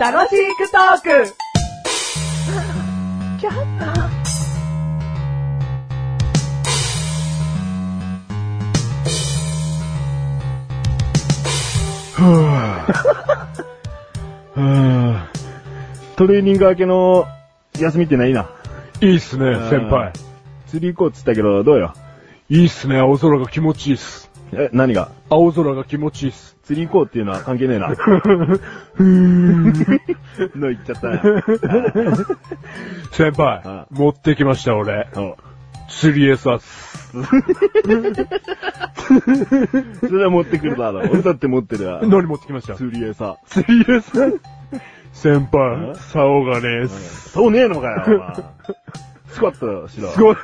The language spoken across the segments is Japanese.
楽しくトークはぁトレーニング明けの休みってないな。いいっすね、ん先輩。釣り行こうっつったけど、どうよいいっすね、青空が気持ちいいっす。え、何が青空が気持ちいいっす。釣り行こうっていうのは関係ねえな。の言っちゃったな。先輩あ、持ってきました、俺。そう釣り餌っす。それは持ってくるだろ。俺だって持ってるわ。何持ってきました釣り餌。釣り餌先ん輩、竿がねえっす。そうねえのかよ、お前スクワットしろ。スクワ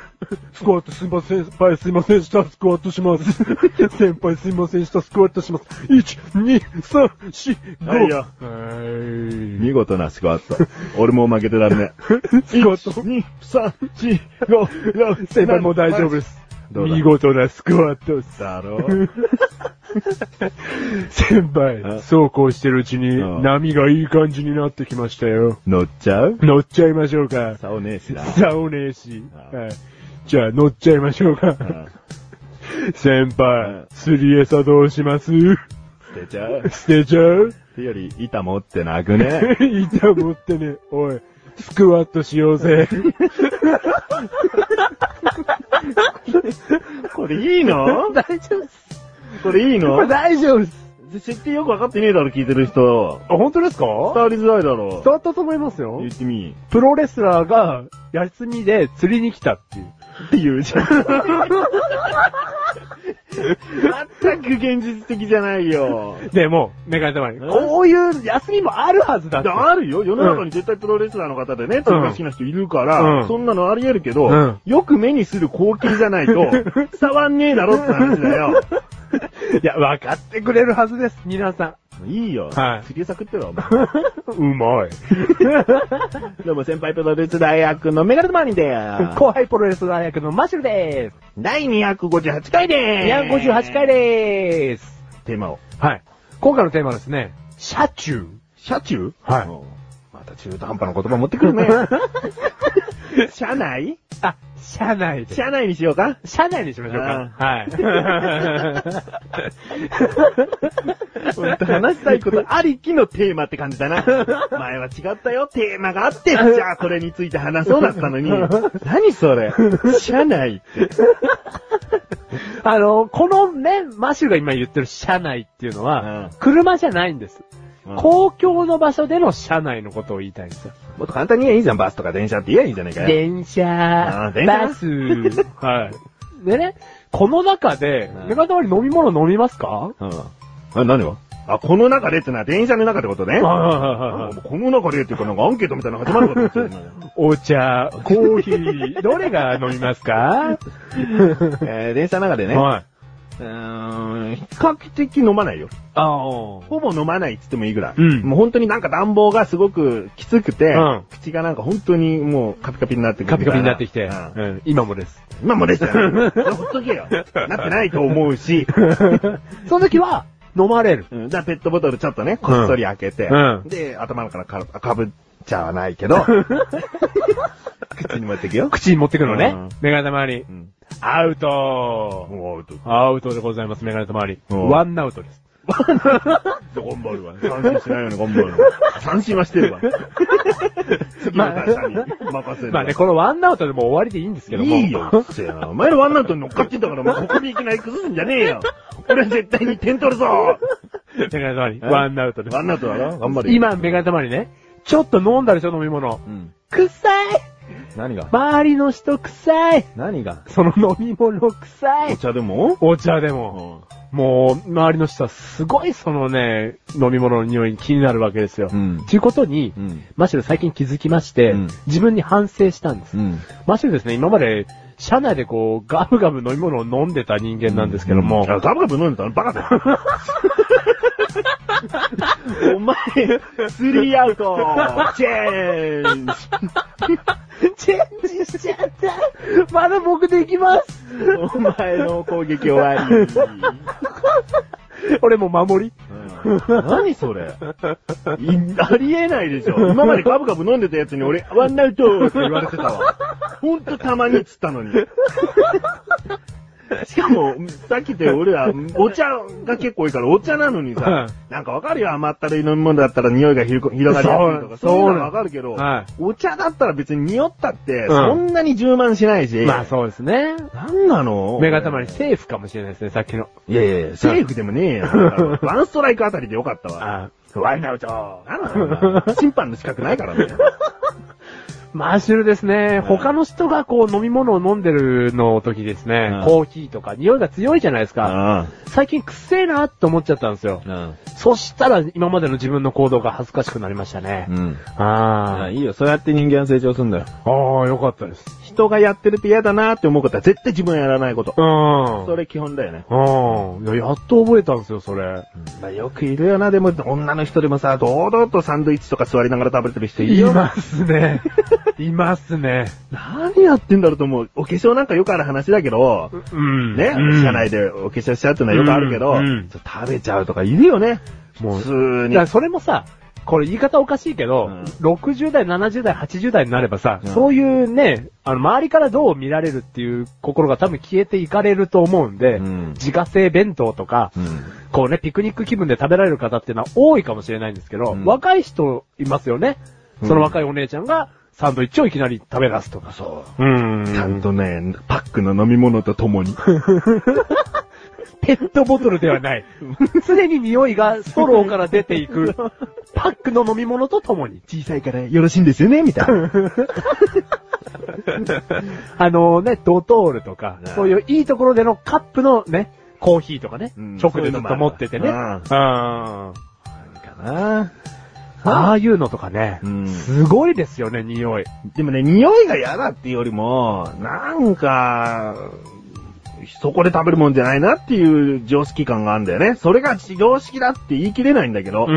スクワットすいません、先輩すいませんした、スクワットします。 先輩すいませんした、スクワットします。1、2、3、4、5。はいよは見事なスクワット。俺も負けてられねえ。い。スクワット。 2、3、4、5、6、。先輩もう大丈夫ですす。どうだ見事なスクワットっす。だろ先あ輩、そうこうしてるうちにああ波がいい感じになってきましたよ。乗っちゃう乗っちゃいましょうか。竿ねえし な。竿ねえし。ああはいじゃあ乗っちゃいましょうか。うん先あ輩、釣り餌どうします捨てちゃう。捨てちゃう ってより、板持ってなくね。板持ってね、おい、スクワットしようぜ。 これいい の大丈夫です。これいいの大丈夫です。設定よくわかってねえだろ、聞いてる人。あ、本当ですか伝わりづらいだろ。伝わったと思いますよ言。ってみ。プロレスラーが休みで釣りに来たっていう。って言うじゃん。全く現実的じゃないよ。でも、メガネ玉に、えこういう休みもあるはずだって。あるよ。世の中に絶対プロレスラーの方でね、釣りが好きな人いるから、うんそんなのあり得るけど、うんよく目にする光景じゃ ないと、伝わんねえだろって話だ よ。いや、分かってくれるはずです、皆さいいよ。はい釣り餌食ってろ、お前。ん。うまい。どうも先輩プロレス大学のメガネマニでー 後輩プロレス大学のマシュルで第258回ーでーす。す。258回でーす。テーマを。はい。今回のテーマはですね、車中。車中はいうんまた中途半端な言葉持ってくるね。 車内あ、車内で。車内にしようか車内にしましょうか。はい。ほんと話したいことありきのテーマって感じだ な。前は違ったよ。テーマがあって、じゃあそれについて話そうだった のに。何それ車内って。 あの、このね、マシュが今言ってる車内っていうのうはん、車じゃないんです。こ公共の場所での車内のことを言いたいんですよ。う、もっと簡単に言えばいいじゃん。バスとか電車って言えばいいじゃないかよ。電車あー電車バス、はい。でね、この中で、うんメガネたまに飲み物飲みますかうん。あ、何があ、この中でってのは電車の中ってことね。はあもうこの中でっていうか、なんかアンケートみたいなの始まることですよ今お茶、コーヒ ー、どれが飲みますか えー、電車の中でね。はい。うーん、比較的飲まないよ。ああ。ほぼ飲まないって言ってもいいぐらい。うんもう本当になんか暖房がすごくきつくて、うん口がなんか本当にもうカピカピになってくるカピカピになってきて、うんうん今もです。 今もですよ、ね。それほっとけよ。なってないと思う し、その時は、飲まれる。うん、じゃあペットボトルちょっとね、こっそり開けて、うんで、頭からかかぶっちゃわないけ ど、口に持ってくよ。口に持ってくのねうん。メガネたまにう。ん。アウトもうアウト。アウトでございます、メガネたまに。うんワンアウトです。頑張るわ。三振しないように頑張るわ。三振はしてるわ。次の会社に任せるわ。まあね、このワンアウトでもう終わりでいいんですけども。いいよ、うっせえな。お前らワンナウトに乗っかってんだから、もうここにいきなり崩すんじゃねえよ。俺は絶対に点取るぞメガネたまに。ワンアウトですワ。ンナウトだろ頑張れ。。今、メガネたまにね、ちょっと飲んだでしょ、飲み物。うん。臭い何が周りの人臭い何がその飲み物臭おい茶でもお茶でうも、ん。もう、周りの人はすごいそのね、飲み物の匂いに気になるわけですよ。うんということに、うんマシュル最近気づきまして、うん自分に反省したんです。ん。マシュルですね、今まで、車内でこう、ガブガブ飲み物を飲んでた人間なんですけども、ガブガブ飲んでたのバカだよ。お前、スリーアウトチェーンジチェンジしちゃったまだ僕できますお前の攻撃終わり。俺もう守り、うん何それいありえないでしょ。今までガブガブ飲んでたやつに俺、ワンナウトって言われてたわ。ほんとたまにっつったのに。しかも、さっきで俺ら、お茶が結構多いから、お茶なのにさは、なんかわかるよ、甘ったるい飲み物だったら匂いがひろこ広がりやすいとそか、うそういそううなののわかるけど、はお茶だったら別に匂ったって、んそんなに充満しないし、まあそうですね。なんなの目がたまにセーフかもしれないですね、さっきの。いやいやいや、セーフでもねえよ。 ワンストライクあたりでよかったあわ。ワイナウトなんなのお 前審判の資格ないからね。マッシュルですね。他の人がこう飲み物を飲んでるの時ですね、うんコーヒーとか匂いが強いじゃないですか。あ最近くせえなって思っちゃったんですよ。あ。そしたら今までの自分の行動が恥ずかしくなりましたね。ん。あいいよ、そうやって人間は成長するんだよ。あ。ああ、よかったです。人がやってるって嫌だなって思うことは絶対自分はやらないこと。うん。それ基本だよね。うん。いや、やっと覚えたんですよ、それ。まあ、よくいるよな、でも女の人でもさ、堂々とサンドイッチとか座りながら食べてる人いるいよ。ます ね。いますね。何やってんだろうと思う。お化粧なんかよくある話だけど、うんね、うん社内でお化粧しちゃうってのはよくあるけど、うんうん食べちゃうとかいるよね。もう、普通いに。や、それもさ、これ言い方おかしいけど、うん60代、70代、80代になればさ、うんそういうね、あの、周りからどう見られるっていう心が多分消えていかれると思うんで、うん自家製弁当とか、こうね、ピクニック気分で食べられる方っていうのは多いかもしれないんですけど、うん若い人いますよね。うんその若いお姉ちゃんがサンドイッチをいきなり食べ出すとか。そうう。ちゃんん。とね、パックの飲み物とともに。ペットボトルでは ない。常に匂いがストローから出ていく、 パックの飲み物とともに。小さいからよろしいんですよねみたい な。あのね、ドトールとか、ねそういういいところでのカップのね、コーヒーとかね、うん直でずっと持っててね。そういうのもあるあかなあいうのとかね、うんすごいですよね、匂い。でもね、匂いが嫌だっていうよりも、なんか、そこで食べるもんじゃないなっていう常識感があるんだよね。それが常識だって言い切れないんだけど、んう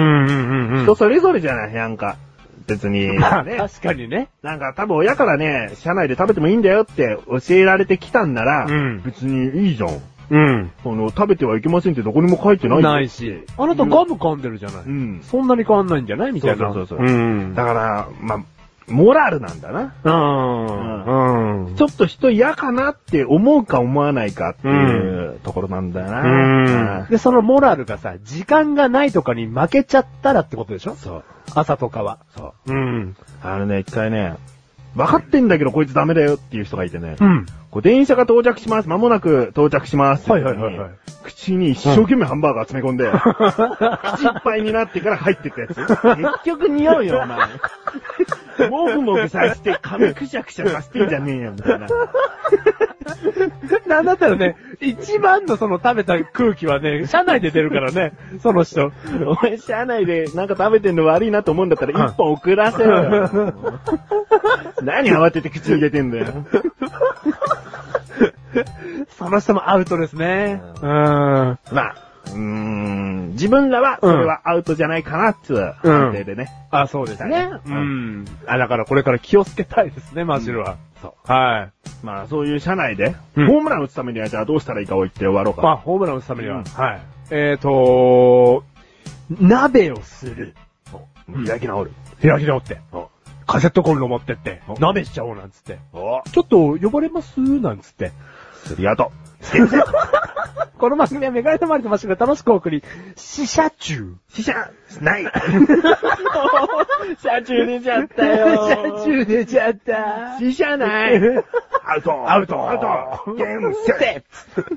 んう人それぞれじゃないなんか。別に、まあ、ね確かにね。なんか多分親からね、社内で食べてもいいんだよって教えられてきたんなら、うん別にいいじゃん。うん。その、食べてはいけませんってどこにも書いてないよないし。あなたガム噛んでるじゃない。うんそんなに変わんないんじゃないみたいな。そうそうそうそううん。だから、まあ、モラルなんだな。うん。うん。ちょっと人嫌かなって思うか思わないかっていうところなんだよな。で、そのモラルがさ、時間がないとかに負けちゃったらってことでしょそう、朝とかは。そう。うん。あのね、一回ね、分かってんだけどこいつダメだよっていう人がいてね、うん。こう電車が到着します、間もなく到着します。はいはいはいはい口に一生懸命ハンバーガー詰め込んで、口いっぱいになってから入ってくやつ。 結局匂うよ、お前。もぐもぐさせて、髪くしゃくしゃさせてんじゃねえよ、みたいな。なんだったらね、一番のその食べた空気はね、車内で出るからね、その人。 お前、車内でなんか食べてんの悪いなと思うんだったうんら、一本遅らせろよ。 何慌てて口に入れてんだよ。その人もアウトですね。うん。まあ、うーん、自分らは、それはアウトじゃないかな、っつう判定でね。あ、そうですね。うん。あ、だからこれから気をつけたいですね、マジルは。そはい。う。まあ、そういう車内で、うんホームラン打つためには、じゃあどうしたらいいかを言って終わろうか。まあ、ホームラン打つためには。うんはい。えーと、鍋をする。うん開き直る。開き直って。おカセットコンロ持ってってお。鍋しちゃおうなんつって。おちょっと呼ばれますなんつって。ありがと この番組はメガネたまりとマッシュルが楽しくお送り、死者中。う。死者 ない車中出ちゃったよ車中出ちゃった 死者ないアウトアウトアウトゲームセット